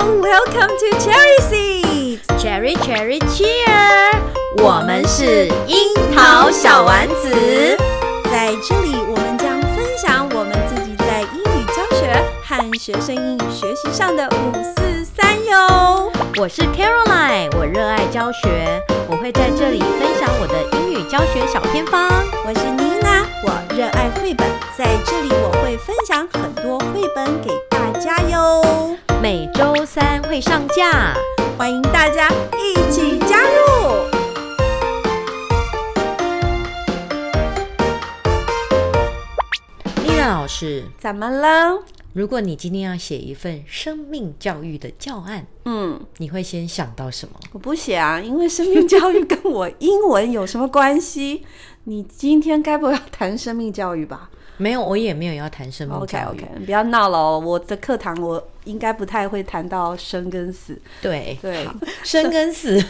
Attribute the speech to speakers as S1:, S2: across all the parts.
S1: Welcome to Cherry Seed，
S2: Cherry Cherry Cheer，
S1: 我们是樱桃小丸子。在这里我们将分享我们自己在英语教学和学生英语学习上的五四三哟。
S2: 我是 Caroline，我热爱教学，我会在这里分享我的英语教学小偏方。
S1: 我是妮娜，我热爱绘本，在这里我会分享很多绘本给大家哟，
S2: 每周三会上架。
S1: 欢迎大家一起加入。
S2: 丽娜老师，
S1: 怎么了？
S2: 如果你今天要写一份生命教育的教案，
S1: 嗯，
S2: 你会先想到什么？
S1: 我不写啊，因为生命教育跟我英文有什么关系？你今天该不会要谈生命教育吧
S2: 没有，我也没有要谈生命
S1: ？OK
S2: 教育。
S1: OK，不要闹了哦。我的课堂我应该不太会谈到生跟死。
S2: 对，
S1: 对，
S2: 生 跟死。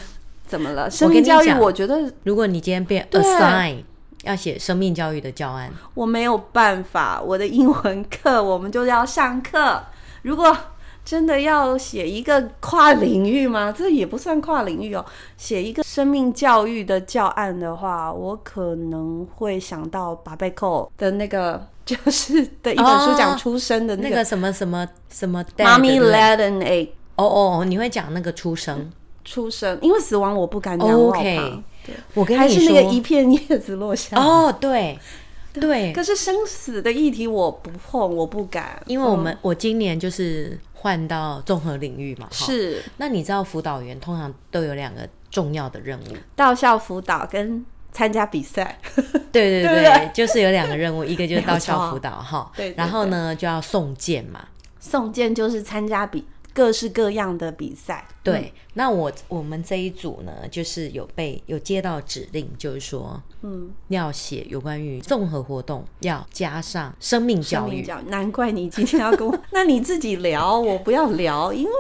S1: 怎么了？生
S2: 我
S1: 命
S2: 跟你
S1: 教育，
S2: 讲
S1: 我觉得
S2: 如果你今天被
S1: 对
S2: assign 要写生命教育的教案，
S1: 我没有办法。我的英文课我们就要上课，如果真的要写一个跨领域吗？这也不算跨领域哦。写一个生命教育的教案的话，我可能会想到巴贝寇的那个，就是的一本书讲出生的
S2: 那
S1: 那
S2: 个
S1: 个
S2: 什么什么什么
S1: 《Mommy
S2: 对不对
S1: Led an Egg》
S2: 哦哦，哦你会讲那个出生。
S1: 出生，因为死亡我不敢讲，我好
S2: OK
S1: 怕
S2: 我跟
S1: 还
S2: 你
S1: 是
S2: 说，
S1: 那个一片叶子落下。
S2: 哦，对对，
S1: 可是生死的议题我不碰，我不敢，
S2: 因为我们、我今年就是换到综合领域嘛，哈。
S1: 是
S2: 那你知道辅导员通常都有两个重要的任 务，
S1: 到校辅导跟参加比赛，
S2: 对对
S1: 对不
S2: 对，
S1: 对
S2: 就是有两个任务，一个就是
S1: 没有
S2: 到
S1: 错
S2: 校辅导哈，
S1: 对对
S2: 然后呢就要送件嘛，
S1: 送件就是参加比各式各样的比赛。嗯
S2: 对，那我我们这一组呢，就是有被有接到指令，就是说，嗯，要写有关于综合活动，要加上生命
S1: 生
S2: 教
S1: 命
S2: 育。
S1: 教育，难怪你今天要跟 我，那你自己聊，我不要聊，因为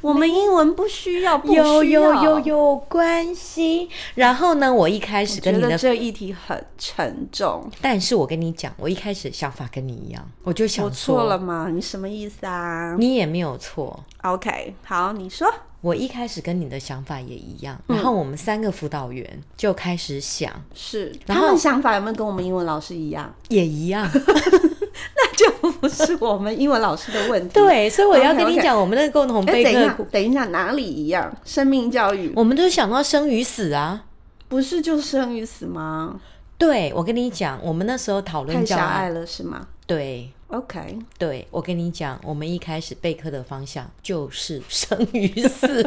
S1: 我们英文不需要，不需要。
S2: 有有有有关系。然后呢，我一开始
S1: 觉
S2: 跟你
S1: 得
S2: 的，
S1: 这议题很沉重，
S2: 但是我跟你讲，我一开始想法跟你一样，我就想
S1: 我
S2: 说，
S1: 错了吗？你什么意思啊
S2: 你也没有错。
S1: ？OK，好，你说，
S2: 我一开始跟你的想法也一样，
S1: 嗯
S2: 然后我们三个辅导员就开始想，
S1: 是
S2: 然
S1: 他
S2: 后
S1: 们想法有没有跟我们英文老师一 样？
S2: 也 一样，
S1: 那就不是我们英文老师的问题。
S2: 对，所以我要跟你
S1: OK，OK
S2: 讲，我们那个共同
S1: 哎，
S2: 备
S1: 等一
S2: 课
S1: 下，等一下，哪里一样？生命教育
S2: 我们都想到生与死啊。
S1: 不是就生与死吗？
S2: 对，我跟你讲，我们那时候讨论
S1: 太
S2: 教
S1: 狭隘
S2: 案，
S1: 了是吗
S2: 对
S1: ？OK，
S2: 对，我跟你讲，我们一开始备课的方向就是生与死。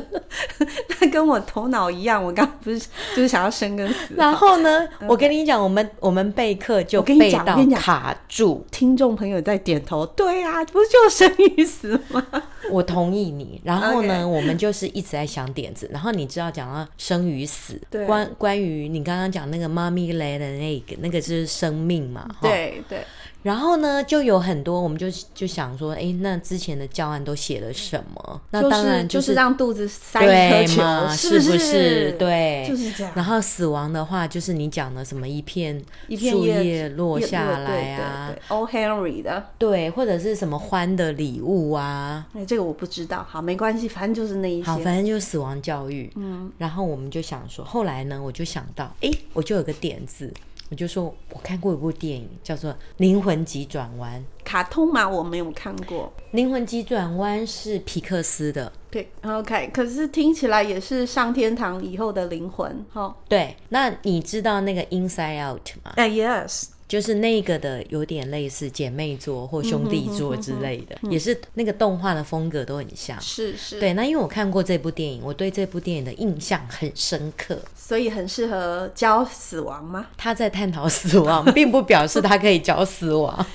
S1: 那跟我头脑一样，我刚刚不是就是想要生跟死。
S2: 然后呢，我跟你讲，我们我们备课就
S1: 我跟你
S2: 备
S1: 讲
S2: 到
S1: 我跟你讲
S2: 卡住。
S1: 听众朋友在点头，对啊，不就生与死吗？
S2: 我同意你。然后呢我们就是一直在想点子。然后你知道讲到生与死
S1: 对，
S2: 关关于你刚刚讲那个妈咪来的那个那个就是生命嘛，哈。
S1: 对对，
S2: 然后呢，就有很多我们就就想说，哎，那之前的教案都写了什么？那当然
S1: 就是
S2: 是
S1: 让肚子塞一颗
S2: 对
S1: 球，
S2: 嘛，
S1: 是
S2: 不
S1: 是？，
S2: 对，
S1: 就是这样
S2: 然后死亡的话，就是你讲的什么一片
S1: 一片
S2: 树
S1: 叶
S2: 叶落
S1: 也
S2: 下来啊，
S1: 对对对，O Henry 的，
S2: 对，或者是什么欢的礼物啊，
S1: 哎，这个我不知道，好，没关系，反正就是那一
S2: 好，
S1: 些。
S2: 反正就是死亡教育。嗯，然后我们就想说，后来呢，我就想到，哎，我就有个点子，我就说我看过一部电影叫做《灵魂急转弯》，《
S1: 卡通嘛，我没有看过。
S2: 灵魂急转弯》是皮克斯的，
S1: 对，OK，可是听起来也是上天堂以后的灵魂，哦。
S2: 对，那你知道那个 Inside Out 吗？
S1: 哎、y e s
S2: 就是那个的有点类似姐妹座或兄弟座之类
S1: 嗯
S2: 的，也是那个动画的风格都很像。
S1: 是是，
S2: 对，那因为我看过这部电影，我对这部电影的印象很深刻。
S1: 所以很适合教死亡吗？
S2: 他在探讨 死亡，并不表示他可以教死亡。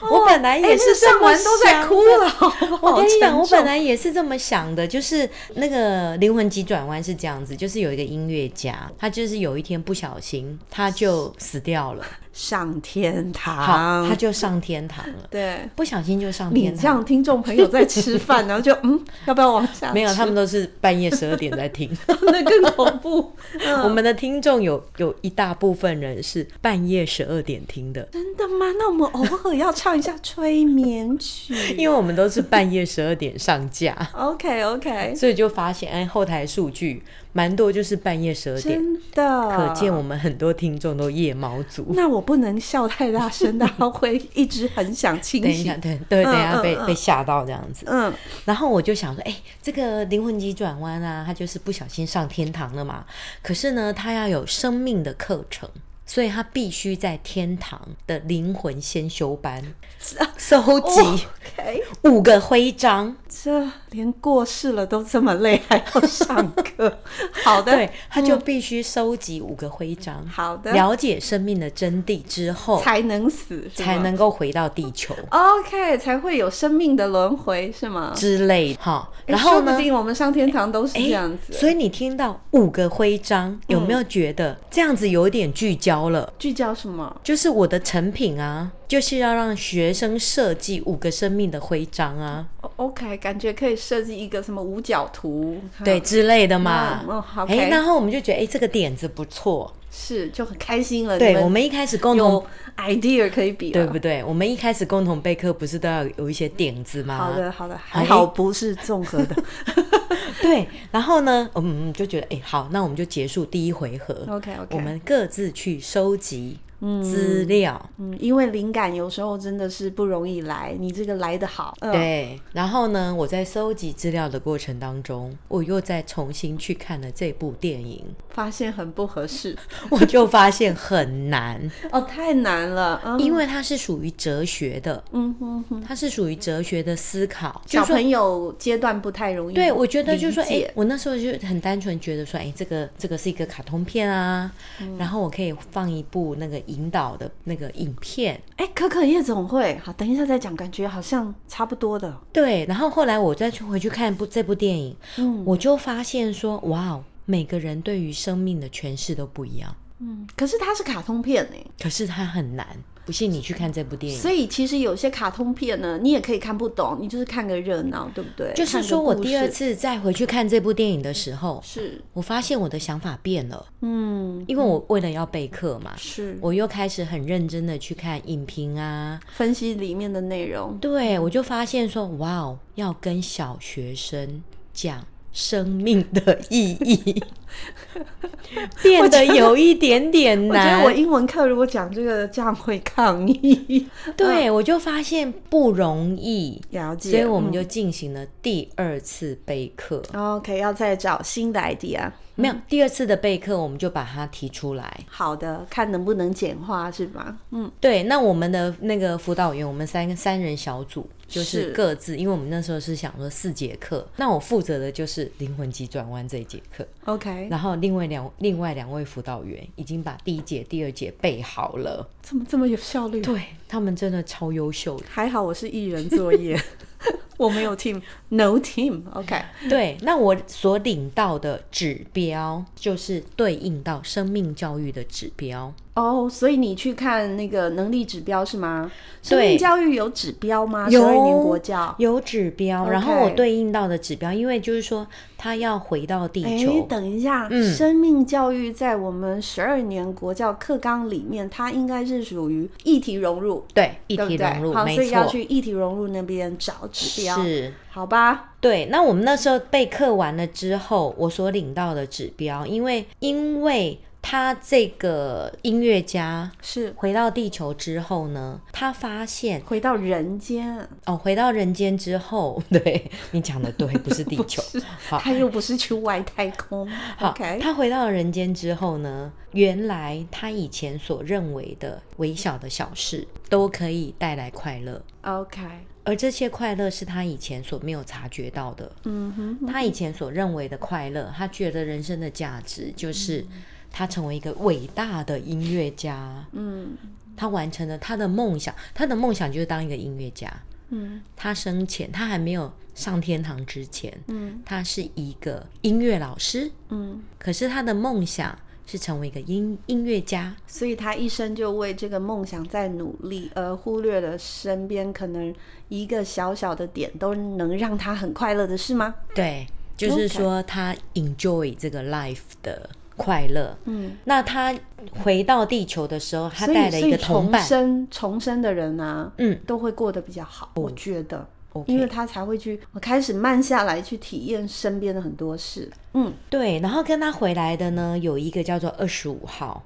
S2: 我本来
S1: 哦哎
S2: 也
S1: 那个
S2: 是这
S1: 上
S2: 么
S1: 完都在
S2: 想
S1: 哭
S2: 的
S1: 了，好 不好
S2: 我跟你讲，我
S1: 沉重
S2: 本来也是这么想的，就是那个《灵魂急转弯》是这样子，就是有一个音乐家，他就是有一天不小心他就死掉了，
S1: 上天
S2: 好，
S1: 堂。
S2: 他就上天 堂了，
S1: 对，
S2: 不小心就上
S1: 你
S2: 天
S1: 这
S2: 堂。
S1: 样听众朋友在吃饭， 然后就嗯，要不要往下吃？
S2: 没有，他们都是半夜十二点在听。
S1: 那更恐怖。
S2: 我们的听众有有一大部分人是半夜十二点听的，
S1: 真的吗？那我们偶尔要唱一下催眠 曲。
S2: 因为我们都是半夜十二点上架，
S1: OK OK，
S2: 所以就发现哎，后台数据蛮多，就是半夜十二点。
S1: 真的，
S2: 可见我们很多听众都夜猫族。
S1: 那我不能笑太大声，他会一直很想
S2: 等
S1: 清
S2: 一下，
S1: 醒。
S2: 对对，
S1: 嗯
S2: 等一下
S1: 嗯
S2: 被
S1: 嗯
S2: 被吓到这样子。
S1: 嗯，
S2: 然后我就想说，哎、这个灵魂急转弯啊，他就是不小心上天堂了嘛。可是呢，他要有生命的课程，所以他必须在天堂的灵魂先修班，收集
S1: OK，
S2: 五个徽章。
S1: 这连过世了都这么累，还要上课。好的，
S2: 对，他就必须收集五个徽章，
S1: 嗯好的
S2: 了解生命的真谛之后，
S1: 才能死，是吗
S2: 才能够回到地球
S1: OK，才会有生命的轮回，是吗？
S2: 之类的哈。
S1: 诶
S2: 然后
S1: 说
S2: 呢
S1: 不？定我们上天堂都是
S2: 诶
S1: 这样子，嗯
S2: 所以你听到五个徽章，有没有觉得这样子有点聚焦了？
S1: 聚焦什么？
S2: 就是我的成品啊，就是要让学生设计五个生命的徽章啊，
S1: O- 哦 OK，感觉可以设计一个什么五角图，
S2: 对之类的嘛。
S1: 嗯嗯好
S2: 诶
S1: OK
S2: 然后我们就觉得，哎、这个点子不错。
S1: 是就很开心了。你
S2: 对，我们一开始共同
S1: 有 idea 可以比
S2: 对
S1: 了。
S2: 不对？我们一开始共同备课，不是都要有一些点子吗？
S1: 好的，好的，
S2: 哎
S1: 还好不是综合的。
S2: 对，然后呢，嗯，就觉得，哎、好，那我们就结束第一回合。
S1: OK，OK
S2: 我们各自去收集资料。
S1: 嗯，因为灵感有时候真的是不容易来，你这个来的好。嗯，
S2: 对，然后呢，我在搜集资料的过程当中，我又再重新去看了这部电影，
S1: 发现很不合适。
S2: 我就发现很难，
S1: 哦，太难了。嗯，
S2: 因为它是属于哲学的，
S1: 嗯哼哼，
S2: 它是属于哲学的思考，就
S1: 小
S2: 是说。
S1: 朋友阶段不太容易理解。
S2: 对，我觉得就是说，哎、我那时候就很单纯觉得说，哎、这个这个是一个卡通片啊，
S1: 嗯
S2: 然后我可以放一部那个引导的那个影片，
S1: 哎，可可夜总会，好，等一下再讲，感觉好像差不多的。
S2: 对，然后后来我再去回去看部这部电影，
S1: 嗯
S2: 我就发现说，哇哦，每个人对于生命的诠释都不一样，
S1: 嗯，可是它是卡通片哎、
S2: 可是它很难。不信你去看这部电影，
S1: 所以其实有些卡通片呢，你也可以看不懂，你就是看个热闹，对不对？
S2: 就是
S1: 看个
S2: 说我
S1: 故
S2: 第二
S1: 事
S2: 次再回去看这部电影的时候，
S1: 是，
S2: 我发现我的想法变了，
S1: 嗯，
S2: 因为我为了要备课嘛，
S1: 是
S2: 我又开始很认真的去看影评啊，
S1: 分析里面的内容。
S2: 对我就发现说，哇哦，要跟小学生讲生命的意 义，变得有一点点
S1: 我觉得
S2: 难
S1: 我。英文课如果讲这个，这样会抗 议。
S2: 对，我就发现不容易，
S1: 嗯了解，
S2: 所以我们就进行了第二次备课。
S1: 嗯 OK，要再找新的 idea。
S2: 没有第二次的备课，我们就把它提出来。
S1: 好的，看能不能简化是吧？嗯，
S2: 对，那我们的那个辅导员，我们三个三人小组就是
S1: 是
S2: 各自，因为我们那时候是想说四节课，那我负责的就是灵魂急转弯这一节课。
S1: OK，
S2: 然后另外两另外两位辅导员已经把第一节、第二节背好了，
S1: 怎么这么有效率？
S2: 对他们真的超优秀的。
S1: 还好我是一人作 业，我没有 team，no team。OK，
S2: 对，那我所领到的指标就是对应到生命教育的指标。
S1: 哦、所以你去看那个能力指标是吗？生
S2: 对
S1: 命教育有指标吗？十
S2: 有
S1: 二年国教。
S2: 有指标，然后
S1: OK
S2: 我对应到的指标，因为就是说他要回到地
S1: 哎
S2: 球，，
S1: 等一下，
S2: 嗯
S1: 生命教育在我们十二年国教课纲里面，它应该是属于议题融入，
S2: 对，一
S1: 对
S2: 体
S1: 不对
S2: 融入，
S1: 好，所
S2: 没
S1: 以要
S2: 错，
S1: 去议题融入那边找指标，
S2: 是。
S1: 好吧？
S2: 对，那我们那时候备课完了之后，我所领到的指标，因为因为他这个音乐家
S1: 是
S2: 回到地球之后呢，他发现
S1: 回到人间，
S2: 哦，回到人间之后， 对你讲的对， 不是地球，好。
S1: 他又不是去外太空
S2: 好
S1: ，OK？
S2: 他回到了人间之后呢，原来他以前所认为的微小的小事都可以带来快乐，
S1: OK，
S2: 而这些快乐是他以前所没有察觉到的。
S1: 嗯哼，
S2: 他以前所认为的快乐，他觉得人生的价值就是他成为一个伟大的音乐家，
S1: 嗯
S2: 他完成了他的梦想，他的梦想就是当一个音乐家。
S1: 嗯
S2: 他生前，他还没有上天堂之前，
S1: 嗯
S2: 他是一个音乐老师，
S1: 嗯
S2: 可是他的梦想是成为一个音音乐家。
S1: 所以他一生就为这个梦想在努力，而忽略了身边可能一个小小的点都能让他很快乐的事吗？
S2: 对，就是说他 enjoy 这个 life 的快乐。
S1: 嗯，
S2: 那他回到地球的时候，他
S1: 所以
S2: 带了一
S1: 所以
S2: 个同
S1: 重
S2: 伴。
S1: 生重生的人啊，
S2: 嗯，哦
S1: 都会过得比较好，我觉得。因为
S2: OK，
S1: 他才会去，我开始慢下来去体验身边的很多事。嗯，
S2: 对，然后跟他回来的呢，有一个叫做二十五号，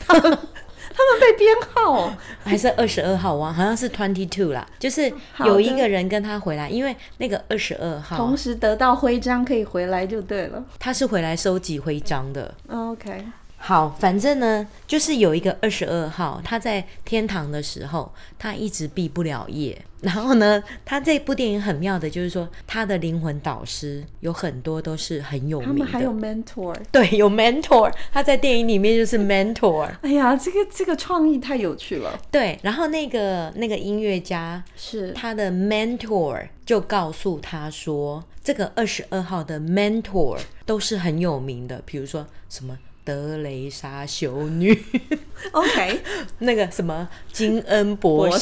S1: 他们被编号，
S2: 还是二十二号，啊忘，好像是 twenty two 啦，就是
S1: 好
S2: 有
S1: 的
S2: 一个人跟他回来，因为那个二十二 号
S1: 同时得到徽章可以回来就对了。
S2: 他是回来收集徽章的。
S1: OK，
S2: 好，反正呢，就是有一个二十二号，他在天堂的时候，他一直毕不了业。然后呢，他这部电影很妙的，就是说他的灵魂导师有很多都是很有
S1: 他
S2: 名
S1: 们
S2: 的，
S1: 还有 mentor。
S2: 对 有 mentor，他在电影里面就 是 mentor。
S1: 哎呀，这个这个创意太有趣了。
S2: 对，然后那个那个音乐家，
S1: 是
S2: 他的 mentor 就告诉他说，这个二十二号的 mentor 都是很有名的，比如说什么德雷莎修女。
S1: OK，
S2: 那个什么金恩博士
S1: 博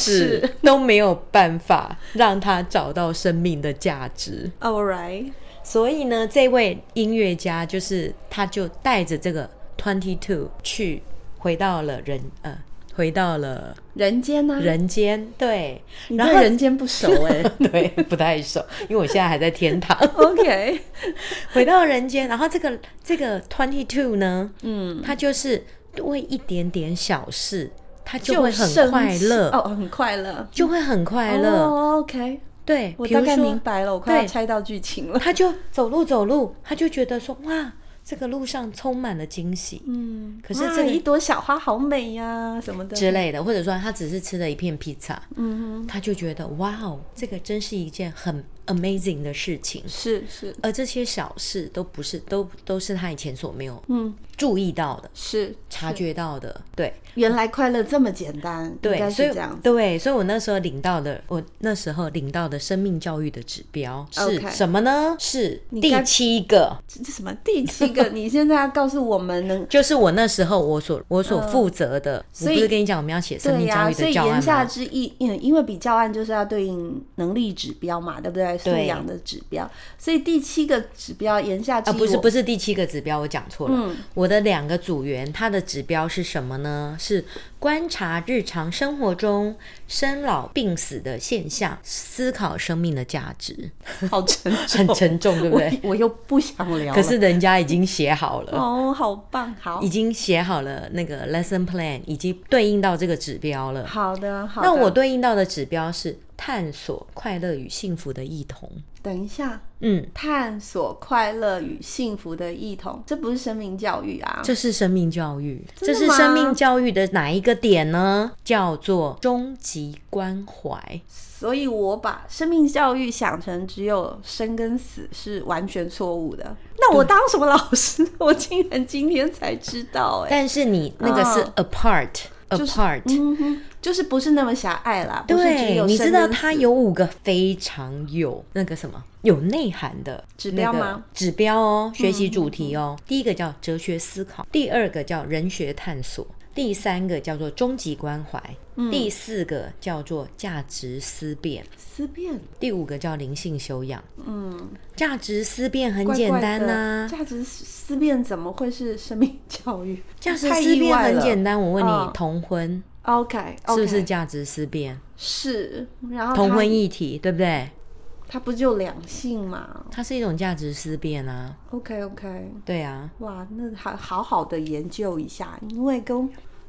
S1: 士
S2: 都没有办法让他找到生命的价值，
S1: All right，
S2: 所以呢，这位音乐家就是他就带着这个 twenty two 去回到了人呃，回到了
S1: 人间呢、啊？
S2: 人间，对，
S1: 你
S2: 然后
S1: 对人间不 熟哎、
S2: 对，不太熟，因为我现在还在天堂，
S1: OK，
S2: 回到人间，然后这个这个 twenty two 呢，
S1: 嗯，
S2: 他就是为一点点小事，他就会很快乐，
S1: 哦，很快乐，
S2: 就会很快乐。
S1: 哦 OK，
S2: 对，
S1: 我
S2: 比如
S1: 大概
S2: 说
S1: 明白了，我快要
S2: 对
S1: 猜到剧情了。
S2: 他就走路走路，他就觉得说哇，这个路上充满了惊喜，
S1: 嗯，
S2: 可是
S1: 哇
S2: 这个
S1: 一朵小花好美呀、什么的
S2: 之类的，或者说他只是吃了一片披萨，
S1: 嗯
S2: 他就觉得哇哦，这个真是一件很 amazing 的事情。
S1: 哼，是是，
S2: 而这些小事都不是，都都是他以前所没有
S1: 嗯
S2: 注意到的、
S1: 是，
S2: 察觉到的。对
S1: 原来快乐这么简单，应该
S2: 对，
S1: 是
S2: 所以
S1: 这样子。
S2: 对，所以我那时候领到的，我那时候领到的生命教育的指标是
S1: OK
S2: 什么呢？是
S1: 你
S2: 第
S1: 该
S2: 七个，
S1: 这这什么第七个？你现在要告诉我们能
S2: 就是我那时候我所我所负责的，我
S1: 嗯以
S2: 不是跟你讲我们要写 生
S1: 对
S2: 命
S1: 呀、
S2: 教育
S1: 所
S2: 的
S1: 以
S2: 教
S1: 言
S2: 案
S1: 下
S2: 吗？
S1: 之意，嗯，因为比教案就是要对应能力指标嘛，对不对？素
S2: 对
S1: 养的指标，所以第七个指标言下之
S2: 啊，
S1: 意、
S2: 不是
S1: 我嗯
S2: 不是第七个指标，我讲错了。我的两个组员，他的指标是什么呢？是观察日常生活中生老病死的现象，思考生命的价 值，
S1: 好沉
S2: 很
S1: 重，
S2: 沉重，对不对？
S1: 我我又不想聊了。
S2: 可是人家已经写好了。
S1: 哦，好棒，好
S2: 已经写好了那个 lesson plan，已经对应到这个指标了。
S1: 好的好的。
S2: 那我对应到的指标是探索快乐与幸福的异同。
S1: 等一下，
S2: 嗯，
S1: 探索快乐与幸福的异同，这不是生命教育啊。
S2: 这是生命教育，
S1: 真的
S2: 这是
S1: 吗
S2: 生命教育的哪一个点呢？叫做终极关怀。
S1: 所以我把生命教育想成只有生跟死是完全错误的。那我当什么老师？ 我竟然今天才知道、哎。
S2: 但是你那个是 apart、apart，、
S1: 嗯哼，就是不是那么狭隘啦，不是只
S2: 对，
S1: 有
S2: 你知
S1: 生
S2: 道
S1: 跟
S2: 它
S1: 死
S2: 有五个非常有那个什么有内涵的
S1: 指标
S2: 那个
S1: 吗？嗯
S2: 指标哦，学习主题哦。第一个叫哲学思考，第二个叫人学探索，第三个叫做终极关怀，
S1: 嗯
S2: 第四个叫做价值思辨，
S1: 思辨，
S2: 第五个叫灵性修养。
S1: 嗯，
S2: 价值思辨很
S1: 怪
S2: 简
S1: 怪
S2: 单
S1: 的
S2: 呐、
S1: 价值思辨怎么会是生命教育？
S2: 价值
S1: 太
S2: 思
S1: 意
S2: 辨
S1: 外
S2: 很
S1: 了
S2: 简单。我问
S1: 嗯
S2: 你，同婚
S1: OK，, 啊 o
S2: 是不是价值思辨？
S1: 是？然后
S2: 同
S1: 它
S2: 婚议题对不对？
S1: 它不就两性嘛
S2: 它是一种价值思辨啊，
S1: ？OK OK，
S2: 对啊。
S1: 哇，那还好好的研究一下，因为跟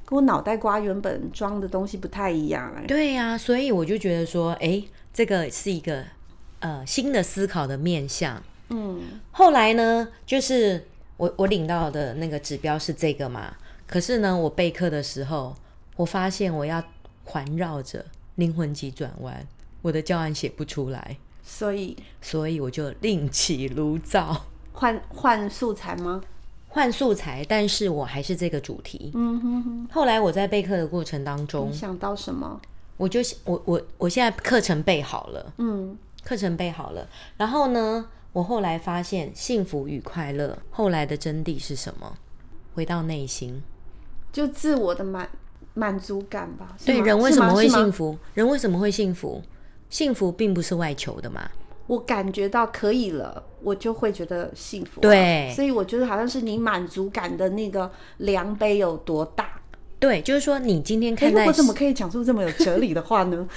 S1: 跟我脑袋瓜原本装的东西不太一样哎、
S2: 对呀、所以我就觉得说，哎，这个是一个呃新的思考的面向。
S1: 嗯，
S2: 后来呢，就是我我领到的那个指标是这个嘛，可是呢，我备课的时候，我发现我要环绕着灵魂急转弯，我的教案写不出来，
S1: 所以
S2: 所以我就另起炉灶。
S1: 换换素材吗？
S2: 换素材，但是我还是这个主题。
S1: 嗯哼哼，
S2: 后来我在备课的过程当中
S1: 你，想到什么？
S2: 我就我我我现在课程备好了，
S1: 嗯，
S2: 课程备好了，然后呢，我后来发现幸福与快乐后来的真谛是什么？回到内心。
S1: 就自我的满满足感吧。是
S2: 对，
S1: 吗
S2: 人为什么会？
S1: 是吗是
S2: 幸
S1: 吗
S2: 福？人为什么会幸福？幸福并不是外求的嘛。
S1: 我感觉到可以了，我就会觉得幸福啊、
S2: 对
S1: 所以我觉得好像是你满足感的那个量杯有多大。
S2: 对，就是说你今天
S1: 哎，
S2: 看
S1: 我
S2: 待
S1: 怎么可以讲出这么有哲理的话呢？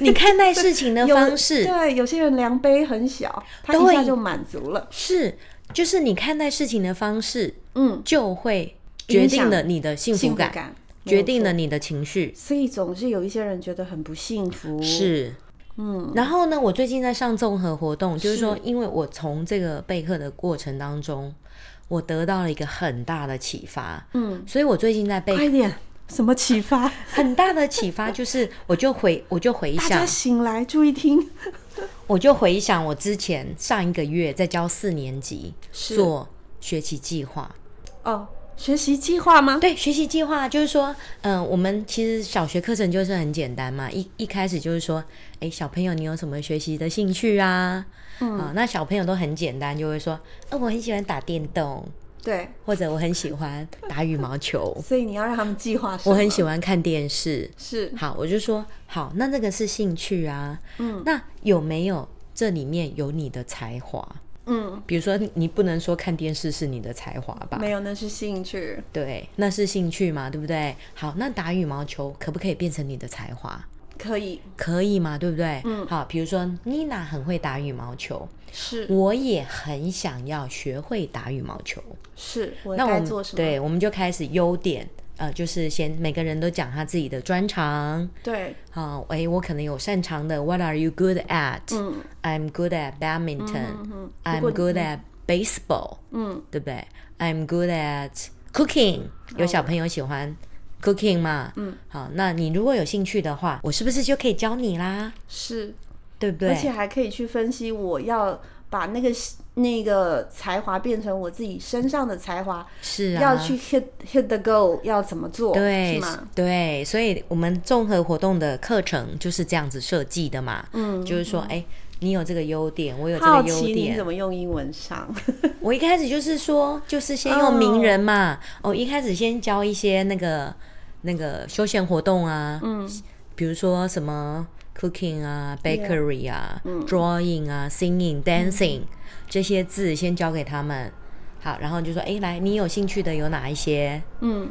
S2: 你看 待事情的
S1: 有
S2: 方式
S1: 对，啊有些人量杯很小，他一
S2: 对
S1: 下就满足了。
S2: 是，就是你看待事情的方式
S1: 嗯，
S2: 就会
S1: 影
S2: 决定
S1: 响
S2: 了你的幸
S1: 幸
S2: 福
S1: 福
S2: 感，
S1: 感
S2: 决
S1: 没
S2: 定。了
S1: 有错
S2: 你的情绪。
S1: 所以总是有一些人觉得很不幸福。，
S2: 是，
S1: 嗯，
S2: 然后呢，我最近在上综合活动，就是说
S1: 是，
S2: 因为我从这个备课的过程当中，我得到了一个很大的启发，
S1: 嗯，
S2: 所以我最近在备
S1: 快点，什么启 发？
S2: 很大的启发就是，我就回我就回
S1: 大
S2: 想
S1: 家，醒来，注意听。
S2: 我就回想我之前上一个月在教四年级
S1: 是
S2: 做学习计划，
S1: 哦，学习计划吗？
S2: 对，学习计划就是说，嗯、我们其实小学课程就是很简单嘛，一一开始就是说，哎，小朋友你有什么学习的兴趣啊？嗯、那小朋友都很简单，就会说，呃，我很喜欢打电动，
S1: 对，，
S2: 或者我很喜欢打羽毛球
S1: 所以你要让他们计划什
S2: 我
S1: 么。
S2: 很喜欢看电视。
S1: 是
S2: 好，我就说好，那这个是兴趣啊，嗯，那有没有这里面有你的才华？
S1: 嗯，
S2: 比如说，你不能说看电视是你的才华吧？
S1: 没有，那是兴趣。
S2: 对，那是兴趣嘛，对不对？好，那打羽毛球可不可以变成你的才华？
S1: 可以，
S2: 可以嘛，对不对？嗯，好，比如说妮娜很会打羽毛球，
S1: 是
S2: 我也很想要学会打羽毛球。
S1: 是，我
S2: 那我
S1: 该
S2: 们
S1: 做什么？
S2: 对，我们就开始优点，呃，就是先每个人都讲他自己的专长。
S1: 对
S2: 啊，诶，我可能有擅长的。What are you good at？
S1: 嗯
S2: I'm good at badminton.
S1: 嗯如
S2: I'm
S1: 果你
S2: good at baseball，
S1: 嗯，
S2: 对不对？I'm good at cooking。有
S1: 哦
S2: 小朋友喜欢 cooking 嘛？嗯，好，那你如果有兴趣的话，我是不是就可以教你啦？
S1: 是，
S2: 对不
S1: 而且
S2: 对？
S1: 还可以去分析，我要把那个那个才华变成我自己身上的才华，
S2: 是啊，
S1: 要去 hit hit the goal，要怎么做？
S2: 对
S1: 是吗？
S2: 对，所以我们综合活动的课程就是这样子设计的嘛。嗯，就是说，哎，你有这个优点，我有这
S1: 好
S2: 个优
S1: 奇你
S2: 点
S1: 怎，么用英文上？
S2: 我一开始就是说，就是先用名人嘛。哦，一开始先教一些那个那个休闲活动啊，嗯，比如说什么 cooking 啊、bakery 啊、drawing 啊、singing、dancing、这些字，先教给他们。好，然后就说，哎，来，你有兴趣的有哪一些？
S1: 嗯，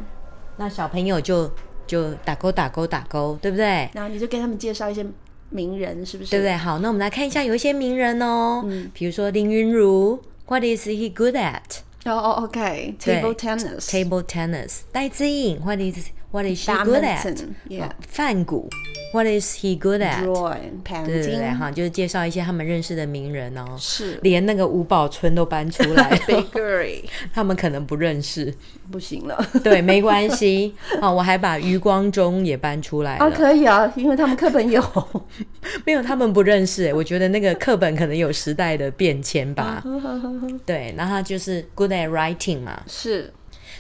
S2: 那小朋友就就打勾打勾打勾，对不对？
S1: 然后你就跟他们介绍一些名人，是不是？
S2: 对不对？好，那我们来看一下有一些名人哦，比如说林云如，What is he good at？
S1: 哦哦，OK，table tennis，
S2: table tennis，戴资颖，what is what is she good at？
S1: badminton，yeah，drawing，
S2: 范谷，what is he good at？对对对，
S1: painting，
S2: 哈，就是介绍一些他们认识的名人哦，
S1: 是，
S2: 连那个吴宝春都搬出来
S1: bakery，
S2: 他们可能不认识，
S1: 不行了。
S2: 对，没关系，好，我还把余光中也搬出来
S1: 啊，
S2: 了，
S1: 可以啊，因为他们课本有。
S2: 没有，他们不认识，欸我觉得那个课本可能有时代的变迁吧，
S1: 嗯
S2: 对，然后他就是 good at writing 嘛，
S1: 是，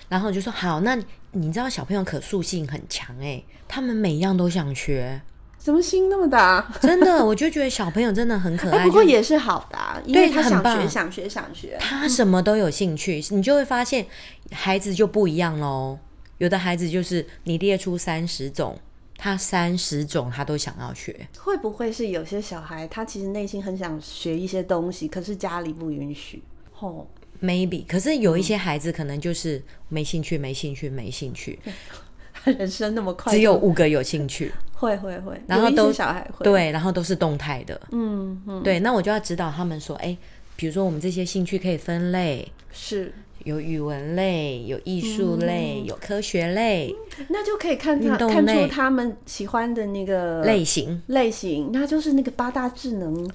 S2: 然后我就说好，那你知道小朋友可塑性很强哎、他们每样都想学，
S1: 怎么心那么大？
S2: 真的，我就觉得小朋友真的很可
S1: 哎，
S2: 爱。
S1: 不过
S2: 就
S1: 也是好的啊，因为
S2: 对
S1: 他
S2: 很
S1: 想学，
S2: 棒
S1: 想学，想学。
S2: 他什么都有兴趣，你就会发现孩子就不一样喽。有的孩子就是你列出三十种，他三十种他都想要学，
S1: 会不会是有些小孩，他其实内心很想学一些东西，可是家里不允许？哦，
S2: maybe。可是有一些孩子可能就是没兴趣，没兴趣，没兴趣，
S1: 嗯他 人生那么快就，
S2: 只有五个有兴趣。
S1: 会会会，
S2: 然后
S1: 有一些
S2: 都
S1: 小孩会，
S2: 对，然后都是动态的。
S1: 嗯嗯，
S2: 对，那我就要指导他们说，哎，比如说我们这些兴趣可以分类，
S1: 是，
S2: 有语文类，有艺术类，
S1: 嗯
S2: 有科学类
S1: 那就可以看他
S2: 运动
S1: 看出
S2: 类
S1: 他们喜欢的那个
S2: 类型。
S1: 类型，那就是那个八大智能，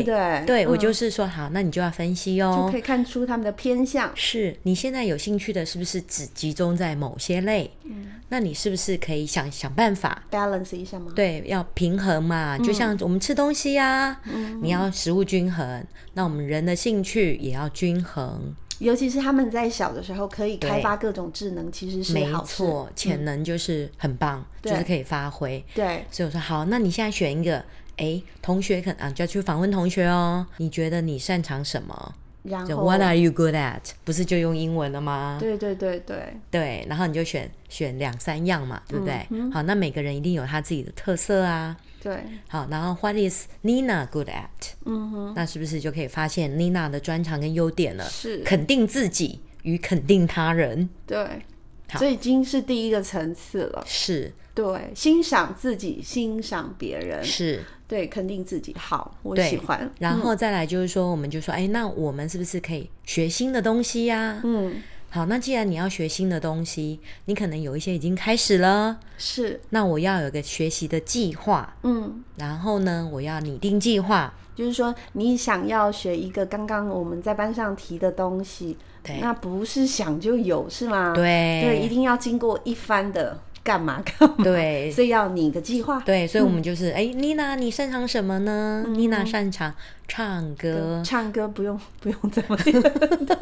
S1: 对不对？
S2: 对我
S1: 嗯
S2: 就是说，好，那你就要分析
S1: 就
S2: 哦
S1: 可。以看出他们的偏向。
S2: 是你现在有兴趣的，是不是只集中在某些类？
S1: 嗯
S2: 那你是不是可以想想办法？
S1: balance 一下吗？
S2: 对，要平衡嘛，
S1: 嗯
S2: 就像我们吃东西呀、你要食物均衡，那我们人的兴趣也要均衡。
S1: 尤其是他们在小的时候可以
S2: 对
S1: 开发各种智能，其实是
S2: 没
S1: 好嗯事。
S2: 错，潜能就是很棒，就是可以发挥。
S1: 对，
S2: 所以我说好，那你现在选一个，哎，同学可啊，就要去访问同学哦。你觉得你擅长什么？
S1: 然
S2: 就
S1: 后
S2: What are you good at？不是就用英文了吗？
S1: 对对对对，
S2: 对，然后你就选选两三样嘛，对不对？
S1: 嗯
S2: 好，那每个人一定有他自己的特色啊。
S1: 对，
S2: 好，然后 What is Nina good at？
S1: 嗯哼，
S2: 那是不是就可以发现 Nina 的专长跟优点了？
S1: 是，
S2: 肯定自己与肯定他人
S1: 对，
S2: 好
S1: 这已经是第一个层次了。
S2: 是
S1: 对，欣赏自己，欣赏别人，
S2: 是，
S1: 对，肯定自己。好，我
S2: 对
S1: 喜欢。
S2: 然后再来就是说，我们就说，哎，那我们是不是可以学新的东西呀、
S1: 嗯，
S2: 好，那既然你要学新的东西，你可能有一些已经开始了，
S1: 是，
S2: 那我要有个学习的计划，
S1: 嗯，
S2: 然后呢，我要拟定计划，
S1: 就是说你想要学一个刚刚我们在班上提的东西，
S2: 对
S1: 那不是想就有是吗？
S2: 对
S1: 对，一定要经过一番的干嘛干 嘛，
S2: 对
S1: 所以要拟个计划。
S2: 对，所以我们就是，哎、妮娜，你擅长什么呢？妮娜
S1: 嗯
S2: 擅长唱歌。
S1: 唱歌不用不用怎么样，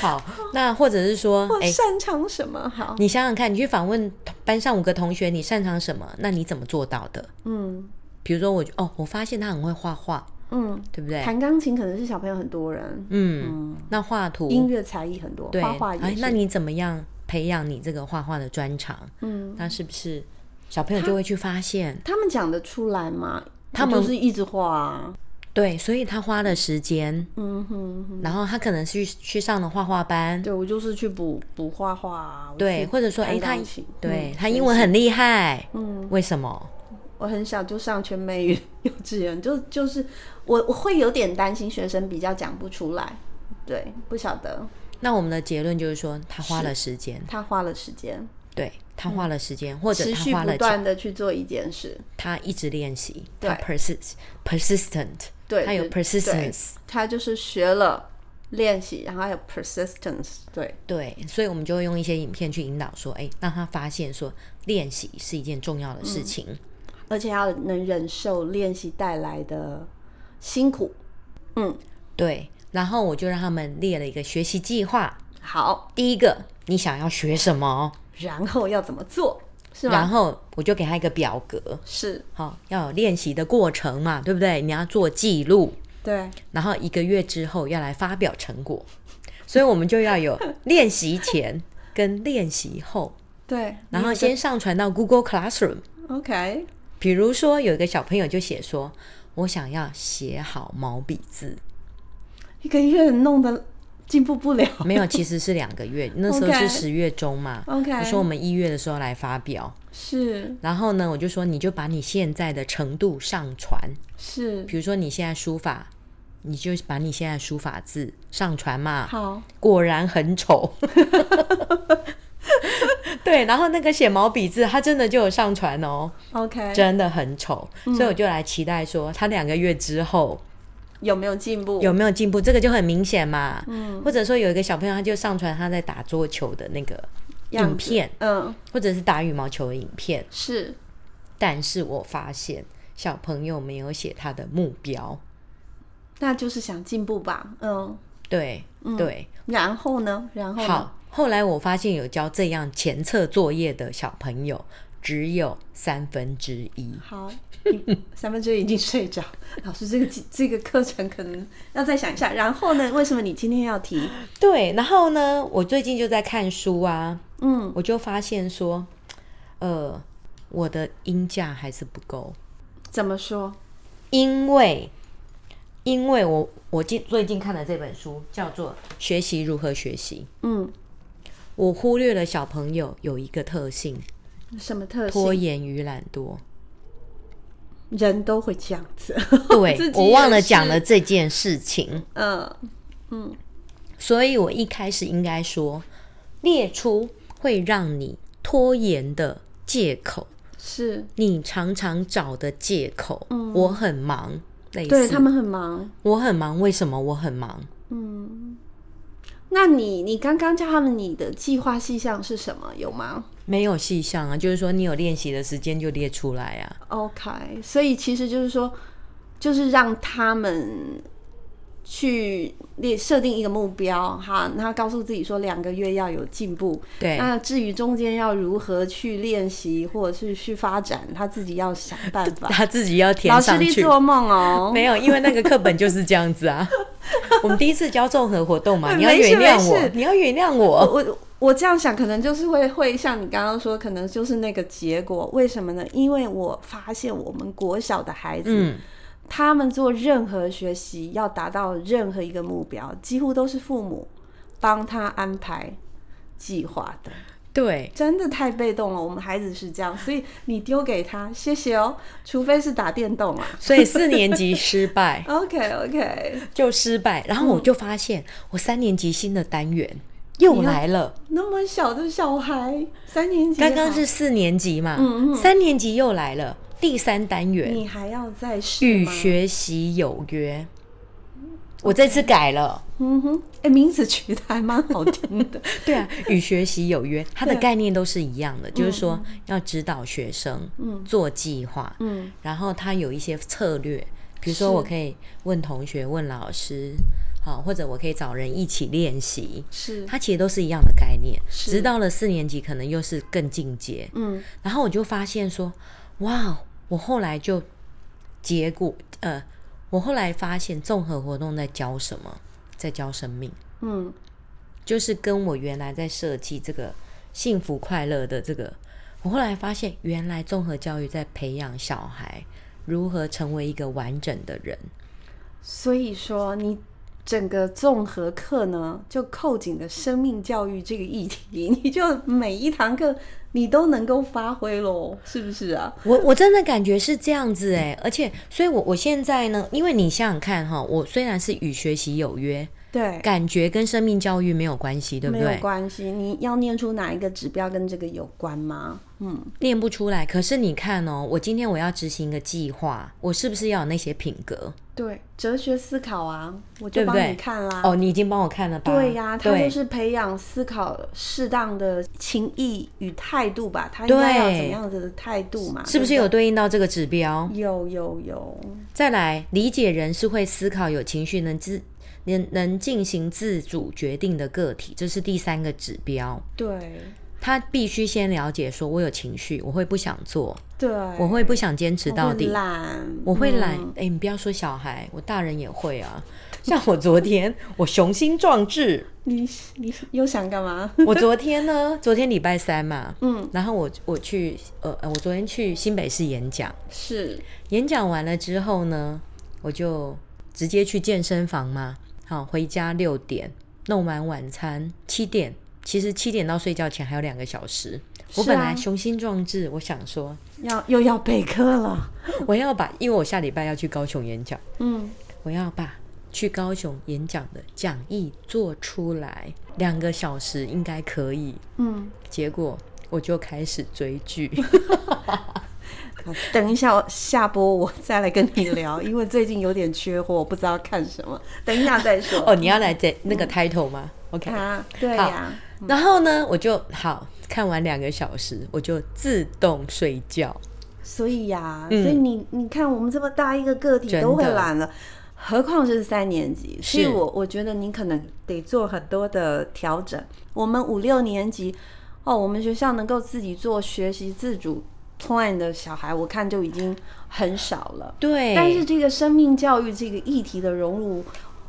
S2: 好，那或者是 说，
S1: 我
S2: 哎、
S1: 擅长什么？好，
S2: 你想想看，你去访问班上五个同学，你擅长什么？那你怎么做到的？
S1: 嗯
S2: 比如说我，哦，我发现他很会画画，
S1: 嗯，
S2: 对不对？
S1: 弹钢琴可能是小朋友很多人，
S2: 嗯，那画图，
S1: 音乐才艺很多，
S2: 对，
S1: 画画也
S2: 哎，
S1: 是。
S2: 那你怎么样培养你这个画画的专长？
S1: 嗯，
S2: 那是不是小朋友就会去发现？
S1: 他们讲得出来吗？
S2: 他们
S1: 就是一直画、啊，
S2: 对，所以他花了时间，
S1: 嗯哼哼，
S2: 然后他可能去去上了画画班，
S1: 对我就是去补补画画、啊，我
S2: 对，
S1: 去
S2: 或者说，哎，
S1: 弹
S2: 他
S1: 钢琴
S2: 对
S1: 嗯
S2: 他英文很厉害，
S1: 嗯，
S2: 为什么？
S1: 我很小就上全美语 幼稚园，就就是我我会有点担心学生比较讲不出来，对，不晓得
S2: 那我们的结论就是说，他花了时间，
S1: 他花了时间，
S2: 对他花了时间，或
S1: 嗯
S2: 者
S1: 持
S2: 他
S1: 续
S2: 花
S1: 不
S2: 了钱，
S1: 断的去做一件事，
S2: 他一直练习，
S1: 对
S2: 他 persist persistent，
S1: 对，
S2: 他有
S1: 对
S2: persistence，
S1: 对他就是学了练习，然后还有 persistence，对，
S2: 对，所以我们就会用一些影片去引导说，哎，让他发现说练习是一件重要的事情。
S1: 嗯而且要能忍受练习带来的辛苦，嗯，
S2: 对，然后我就让他们列了一个学习计划。
S1: 好，
S2: 第一个，你想要学什
S1: 啊
S2: 么？
S1: 然后要怎么做？是
S2: 然
S1: 吗？
S2: 后我就给他一个表格，
S1: 是，
S2: 好、要有练习的过程嘛，对不对？你要做记录，
S1: 对，
S2: 然后一个月之后要来发表成果，所以我们就要有练习前跟练习后，
S1: 对。
S2: 然
S1: 你
S2: 后
S1: 有
S2: 先上传到 Google Classroom。
S1: 个 OK，
S2: 比如说，有一个小朋友就写说：“我想要写好毛笔字。
S1: 一个月弄得进步 不了。”
S2: 没有，其实是两个月，那时候
S1: OK
S2: 是十月中嘛。
S1: OK，
S2: 我说我们一月的时候来发表，
S1: 是
S2: 然后呢，我就说你就把你现在的程度上传，
S1: 是
S2: 比如说你现在书法，你就把你现在书法字上传嘛。
S1: 好，
S2: 果然很丑。 对，然后那个写毛笔字，他真的就有上传哦，
S1: OK，
S2: 真的很丑，
S1: 嗯
S2: 所以我就来期待说他两个月之后
S1: 有没有进步？
S2: 有没有进步，这个就很明显嘛。嗯，或者说有一个小朋友他就上传他在打桌球的那个
S1: 样子
S2: 影片，
S1: 嗯，
S2: 或者是打羽毛球的影片，
S1: 是
S2: 但是我发现小朋友没有写他的目标，
S1: 那就是想进步吧，嗯，
S2: 对、对，
S1: 然后呢？然后呢
S2: 好。后来我发现有交这样前测作业的小朋友只有三分之一，
S1: 好，你三分之一已经睡着。老师，这个这个课程可能要再想一下。然后呢？为什么你今天要提？
S2: 对。然后呢，我最近就在看书啊，
S1: 嗯，
S2: 我就发现说，呃，我的音价还是不够，
S1: 怎么说？
S2: 因为。因为我我近最近看的这本书叫做《学习如何学习》，
S1: 嗯，
S2: 我忽略了小朋友有一个特性，
S1: 什么特
S2: 拖
S1: 性？
S2: 延与懒 惰。
S1: 人都会这样子。 自
S2: 对，
S1: 己
S2: 我忘了
S1: 也是
S2: 讲了这件事情，
S1: 嗯，
S2: 所以我一开始应该说，列出会让你拖延的借口，
S1: 是，
S2: 你常常找的借口。我很忙，类似
S1: 嗯对他们很忙。
S2: 我很忙，为什么我很忙？
S1: 那你你刚刚叫他们你的计划细项是什么？有吗
S2: 没有细项啊，就是说你有练习的时间就列出来啊。
S1: ？OK，所以其实就是说，就是让他们去列设定一个目标哈，然后告诉自己说两个月要有进步。
S2: 对，
S1: 那至于中间要如何去练习或者是去发展，他自己要想办法。
S2: 他自己要填
S1: 老师
S2: 上
S1: 你
S2: 去。
S1: 做梦哦，
S2: 没有，因为那个课本就是这样子啊。我们第一次教综合活动嘛，你要
S1: 没事
S2: 原谅
S1: 没
S2: 我
S1: 事，
S2: 你要原谅
S1: 我
S2: 我。
S1: 我我这样想，可能就是会会像你刚刚说，可能就是那个结果。为什么呢？因为我发现我们国小的孩子，
S2: 嗯，
S1: 他们做任何学习要达到任何一个目标，几乎都是父母帮他安排计划的，
S2: 对，
S1: 真的太被动了。我们孩子是这样，所以你丢给他，谢谢哦，除非是打电动啊。
S2: 所以四年级失败
S1: OK OK，
S2: 就失败，然
S1: 嗯
S2: 后我就发现我三年级新的单元又来了。
S1: 那么小的小孩，三年级，
S2: 刚刚是四年级嘛，
S1: 哎嗯嗯
S2: 三年级又来了第三单元
S1: 你还要再试
S2: 与
S1: 吗？
S2: 学习有约。我这次改了，
S1: 嗯哼，哎、名字取得还蛮好听 的。
S2: 对啊，与学习有约，它的
S1: 对啊
S2: 概念都是一样的，就是说要指导学生
S1: 嗯
S2: 做计划，
S1: 嗯，
S2: 然后他有一些策略，比如说
S1: 是
S2: 我可以问同学、问老师，好，或者我可以找人一起练习，
S1: 是，
S2: 它其实都是一样的概念。
S1: 是
S2: 直到了四年级，可能又是更进阶。
S1: 嗯
S2: 然后我就发现说，哇，哦我后来就结果，呃，我后来发现综合活动在教什么，在教生命，
S1: 嗯，
S2: 就是跟我原来在设计这个幸福快乐的这个，我后来发现原来综合教育在培养小孩如何成为一个完整的人。
S1: 所以说你整个综合课呢，就扣紧了生命教育这个议题，你就每一堂课你都能够发挥喽，是不是啊？
S2: 我我真的感觉是这样子哎，而且，所以我我现在呢，因为你想想看哈，我虽然是与学习有约，
S1: 对，
S2: 感觉跟生命教育没有关系，对不
S1: 没有
S2: 对？
S1: 关系。你要念出哪一个指标跟这个有关吗？嗯，
S2: 念不出来。可是你看哦，我今天我要执行一个计划，我是不是要有那些品格？
S1: 对，哲学思考啊，我就
S2: 对不
S1: 帮
S2: 对
S1: 你看啦。
S2: 哦，你已经帮我看了吧？
S1: 啊对呀、他
S2: 对
S1: 就是培养思考适当的情谊与态度吧，他应该要
S2: 对
S1: 怎样子的态度嘛？
S2: 是不是
S1: 对
S2: 有
S1: 对
S2: 对应到这个指标？
S1: 有有有，
S2: 再来，理解人是会思考、有情绪、能自能能进行自主决定的个体，这是第三个指标。
S1: 对
S2: 他必须先了解，说我有情绪，我会不想做，
S1: 对，
S2: 我
S1: 我
S2: 会不想坚持到底，
S1: 懒，
S2: 我会懒
S1: 嗯。
S2: 哎、你不要说小孩，我大人也会啊。 像我昨天，我雄心壮志，
S1: 你你又想干 嘛？
S2: 我昨天呢，昨天礼拜三嘛，
S1: 嗯，
S2: 然后我我去呃呃，我昨天去新北市演讲，
S1: 是
S2: 演讲完了之后呢，我就直接去健身房嘛，好，回家六点弄完晚餐七点，其实七点到睡觉前还有两个小时。我
S1: 是啊
S2: 本来雄心壮志，我想说
S1: 要又要备课了，
S2: 我要把，因为我下礼拜要去高雄演讲，
S1: 嗯，
S2: 我要把去高雄演讲的讲义做出来，两个小时应该可以。
S1: 嗯，
S2: 结果我就开始追剧，
S1: 等一下我下播我 再来跟你聊，因为最近有点缺货，我不知道看什么，等一下再说。
S2: 哦，你要来这那个 title 吗？OK，、
S1: 啊，对呀、
S2: 然后呢，我就好看完两个小时，我就自动睡觉。
S1: 所以呀、
S2: 嗯
S1: 所以你你看，我们这么大一个个体
S2: 真的
S1: 都会懒了，何况是三年级。所以
S2: 是
S1: 我我觉得你可能得做很多的调整。我们五六年级，哦，我们学校能够自己做学习自主 plan 的小孩，我看就已经很少了。
S2: 对，
S1: 但是这个生命教育这个议题的融入，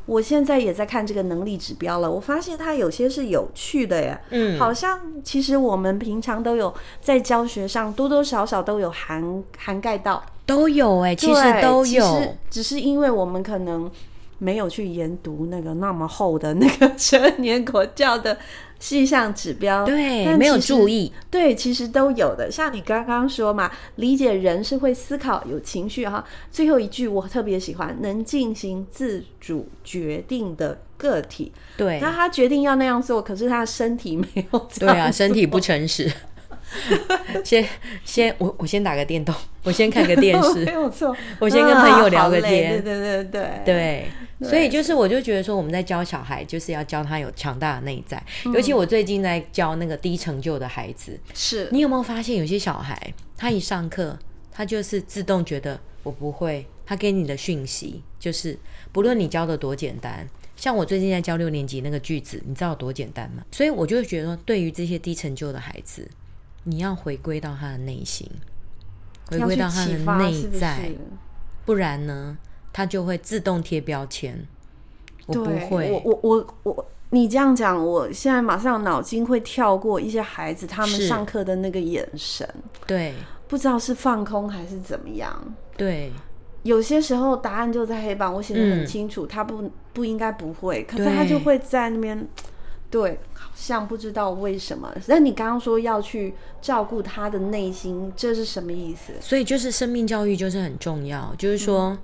S1: 我现在也在看这个能力指标了。我发现它有些是有趣的耶，
S2: 嗯
S1: 好像其实我们平常都有在教学上多多少少都有涵涵盖到，
S2: 都有哎、其
S1: 对
S2: 实都
S1: 其实
S2: 有。
S1: 只是因为我们可能没有去研读那个那么厚的那个 十二年国教的细项指标，
S2: 对，
S1: 但
S2: 没有
S1: 其实
S2: 注意，
S1: 对，其实都有的。像你刚刚说嘛，理解人是会思考、有情绪哈。最后一句我特别喜欢，能进行自主决定的个体。
S2: 对
S1: 那他决定要那样做，可是他的身体没有这
S2: 对
S1: 样。
S2: 啊，身体不诚实。先先我我先打个电动，我先看个 电
S1: 没
S2: 视。
S1: 有错。
S2: 我先跟朋友聊个
S1: 啊好累
S2: 天
S1: 对对对对
S2: 对，所以就是我就觉得说，我们在教小孩，就是要教他有强大的内在。尤其我最近在教那个低成就的孩子，
S1: 是。
S2: 你有没有发现有些小孩，他一上课，他就是自动觉得我不会，他给你的讯息就是，不论你教的多简单，像我最近在教六年级那个句子，你知道有多简单吗？所以我就会觉得说，对于这些低成就的孩子，你要回归到他的内心，回
S1: 要
S2: 归
S1: 去
S2: 到他
S1: 启
S2: 的
S1: 发，
S2: 内
S1: 是不
S2: 在，
S1: 是？
S2: 不然呢，他就会自动贴标签。我不会，
S1: 我我我我，你这样讲，我现在马上脑筋会跳过一些孩子他们
S2: 是
S1: 上课的那个眼神，
S2: 对
S1: 不知道是放空还是怎么样。
S2: 对
S1: 有些时候答案就在黑板，我写的很
S2: 嗯
S1: 清楚，他不不应该不会，可是
S2: 对
S1: 他就会在那边，对，好像不知道为什么。那你刚刚说要去照顾他的内心，这是什么意思？
S2: 所以就是生命教育就是很重要，就是说，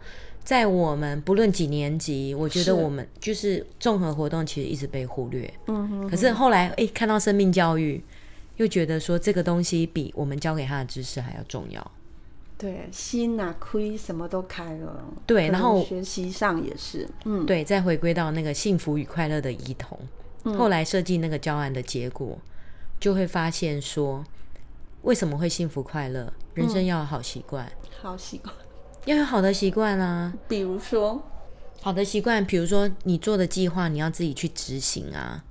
S2: 在我们不论几年级，我
S1: 嗯
S2: 觉
S1: 是
S2: 得我们就是综合活动其实一直被忽略。
S1: 嗯哼，
S2: 可是后来诶，看到生命教育，又觉得说这个东西比我们教给他的知识还要重要。
S1: 对，心啊亏什么都开了，
S2: 对
S1: 可
S2: 然
S1: 能
S2: 后
S1: 学习上也是，嗯，
S2: 对，再回归到那个幸福与快乐的儿童，
S1: 嗯
S2: 后来设计那个教案的结果，就会发现说，为什么会幸福快乐？人
S1: 嗯
S2: 生要有好习惯，
S1: 好习惯。
S2: 要有好的习惯啊。
S1: 比如说，
S2: 好的习惯，比如说你做的计划，你要自己去执行啊，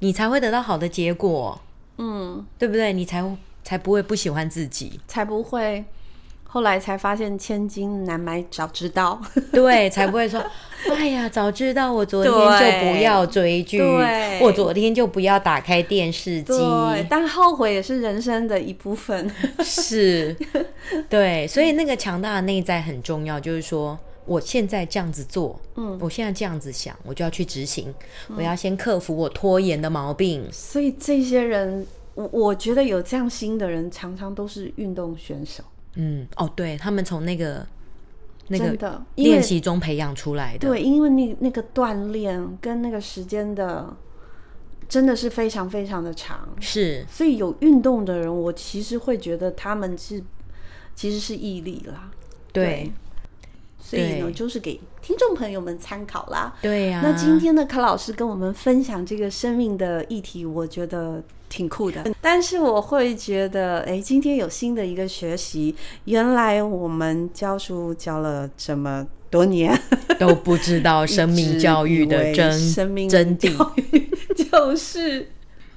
S2: 你才会得到好的结果，
S1: 嗯，
S2: 对不对？你才才不会不喜欢自己，
S1: 才不会。后来才发现千金难买早知 道，
S2: 对，才不会说，哎呀，早知道我昨天就
S1: 对
S2: 不要追剧，
S1: 对
S2: 我昨天就不要打开电视机，
S1: 对，但后悔也是人生的一部分。
S2: 是，对，所以那个强大的内在很重要，就是说。我现在这样子做，嗯，我现在这样子想，我就要去执行。我要先克服我拖延的毛病，
S1: 所以这些人，我我觉得有这样心的人，常常都是运动选手，
S2: 嗯，哦，对他们从那个那
S1: 真
S2: 个
S1: 的，因为
S2: 练习中培养出来的，
S1: 对，因为那那个锻炼跟那个时间的，真的是非常非常的长。
S2: 是
S1: 所以有运动的人，我其实会觉得他们是其实是毅力啦。
S2: 对
S1: 所以呢，
S2: 对啊
S1: 就是给听众朋友们参考啦。
S2: 对呀、
S1: 那今天呢，卡老师跟我们分享这个生命的议题，我觉得挺酷的。但是我会觉得，哎，今天有新的一个学习，原来我们教书教了这么多年，
S2: 都不 知道生命教育
S1: 一
S2: 的真
S1: 直以为生命
S2: 真谛，
S1: 教育 就是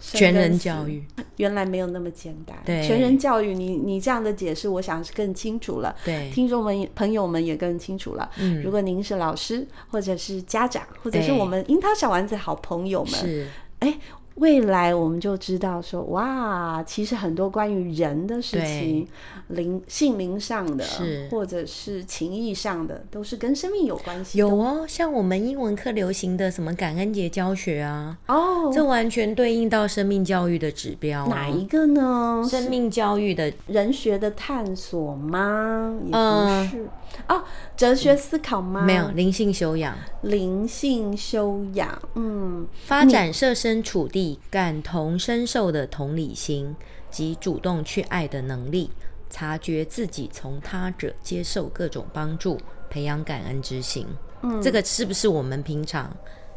S2: 全人教。育，
S1: 原来没有那么简单。
S2: 对
S1: 全人教育，你你这样的解释，我想是更清楚了。
S2: 对
S1: 听众们、朋友们也更清楚了。嗯，如果您是老师，或者是家长，或者是
S2: 对
S1: 我们樱桃小丸子好朋友们，
S2: 是，
S1: 哎，未来我们就知道说，哇，其实很多关于人的事情，灵性灵上的
S2: 是，
S1: 或者是情谊上的，都是跟生命有关系的。
S2: 有哦，像我们英文课流行的什么感恩节教学啊，
S1: 哦，
S2: 这完全对应到生命教育的指标、啊，
S1: 哪一个呢？
S2: 生命教育的
S1: 人学的探索吗？也
S2: 嗯
S1: 不是、哦，哲学思考吗？
S2: 没有灵性修养，
S1: 灵性修养，嗯，
S2: 发展设身处地、感同身受的同理心及主动去爱的能力，察觉自己从他者接受各种帮助，培养感恩之心。嗯，这个是不是我们平常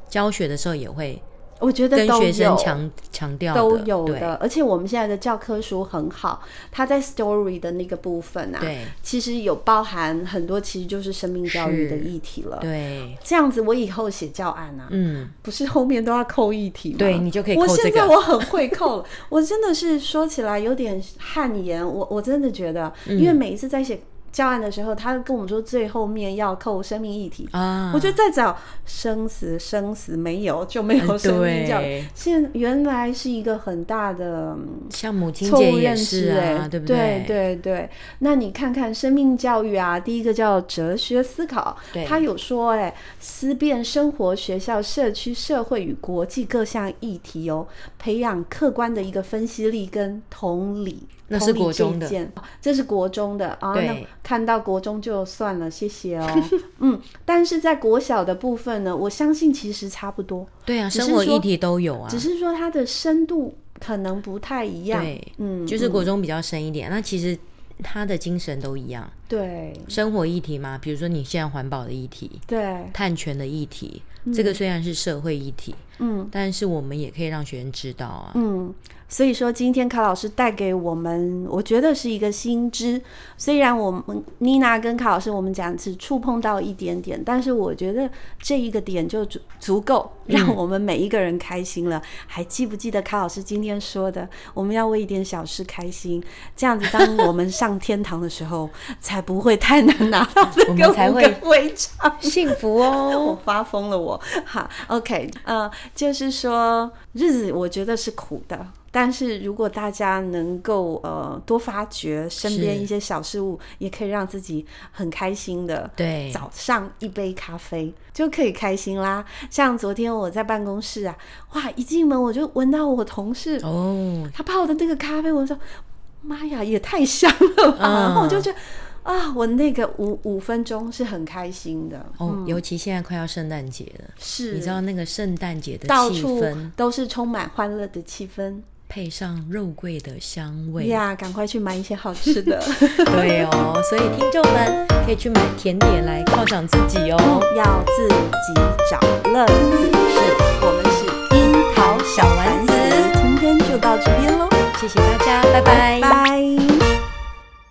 S2: 教学的时候也会
S1: 我觉得
S2: 跟
S1: 都
S2: 学生
S1: 有。
S2: 强强调的？
S1: 都有
S2: 对
S1: 的，而且我们现在的教科书很好，它在 story 的那个部分啊，
S2: 对
S1: 其实有包含很多，其实就是生命教育的议题了。
S2: 对，
S1: 这样子，我以后写教案啊，
S2: 嗯，
S1: 不是后面都要扣议题吗？
S2: 对你就可以扣
S1: 我
S2: 这
S1: 现
S2: 个
S1: 在我很会扣 了，我真的是说起来有点汗颜。我我真的觉得，
S2: 嗯
S1: 因为每一次在写教案的时候，他跟我们说最后面要扣生命议题，
S2: 啊，
S1: 我就再找生死生死没有就没有
S2: 嗯
S1: 生命教育
S2: 对。
S1: 现原来是一个很大的。嗯
S2: 像母亲
S1: 错误
S2: 节也
S1: 认
S2: 是
S1: 知、
S2: 啊，
S1: 哎，
S2: 不
S1: 对
S2: 对？
S1: 对对那你看看生命教育啊，第一个叫哲学思考
S2: 对，
S1: 他有说、哎，思辨生活、学校、社区、社会与国际各项议题哦，培养客观的一个分析力跟同理。
S2: 那
S1: 同
S2: 是
S1: 理
S2: 国中
S1: 借
S2: 的
S1: 鉴，这是国中的啊。
S2: 对
S1: 那看到国中就算了，谢谢哦。 嗯，但是在国小的部分呢，我相信其实差不多，
S2: 对啊，
S1: 只是
S2: 生活
S1: 说
S2: 议题都有啊，
S1: 只是说它的深度可能不太一样。
S2: 对
S1: 嗯，
S2: 就是国中比较深一点。那其实他的精神都一样，
S1: 对
S2: 生活议题嘛，比如说你现在环保的议题、
S1: 对，
S2: 碳权的议题，这个虽然是社会议题，
S1: 嗯，
S2: 但是我们也可以让学生知道啊。
S1: 嗯，所以说今天卡老师带给我们，我觉得是一个新知。虽然我们嗯妮娜跟卡老师我们讲只触碰到一点点，但是我觉得这一个点就足足够让我们每一个人开心了。还记不记得卡老师今天说的，我们要为一点小事开心，这样子当我们上天堂的时候，才才不会太难拿到这
S2: 我
S1: 个
S2: 们才
S1: 五
S2: 会
S1: 个徽章。
S2: 幸福
S1: 我
S2: 哦。
S1: 发疯了我， 好，OK，呃，就是说日子我觉得是苦的，但是如果大家能够呃多发掘身边
S2: 是
S1: 一些小事物，也可以让自己很开心的。
S2: 对，
S1: 早上一杯咖啡就可以开心啦。像昨天我在办公室啊，哇，一进门我就闻到我同事
S2: 哦，
S1: 他泡的那个咖啡，我说妈呀，也太香了吧！
S2: 嗯
S1: 然后我就觉得啊，我那个五五分钟是很开心的，
S2: 哦，尤其现在快要圣诞节了，
S1: 嗯是
S2: 你知道那个圣诞节的
S1: 到
S2: 气
S1: 处
S2: 氛，
S1: 都是充满欢乐的气氛
S2: 配上肉桂的香味，
S1: 呀！赶快去买一些好吃 的，
S2: 对哦，所以听众们可以去买甜点来犒赏自己哦。
S1: 要自己找乐子。
S2: 是。
S1: 嗯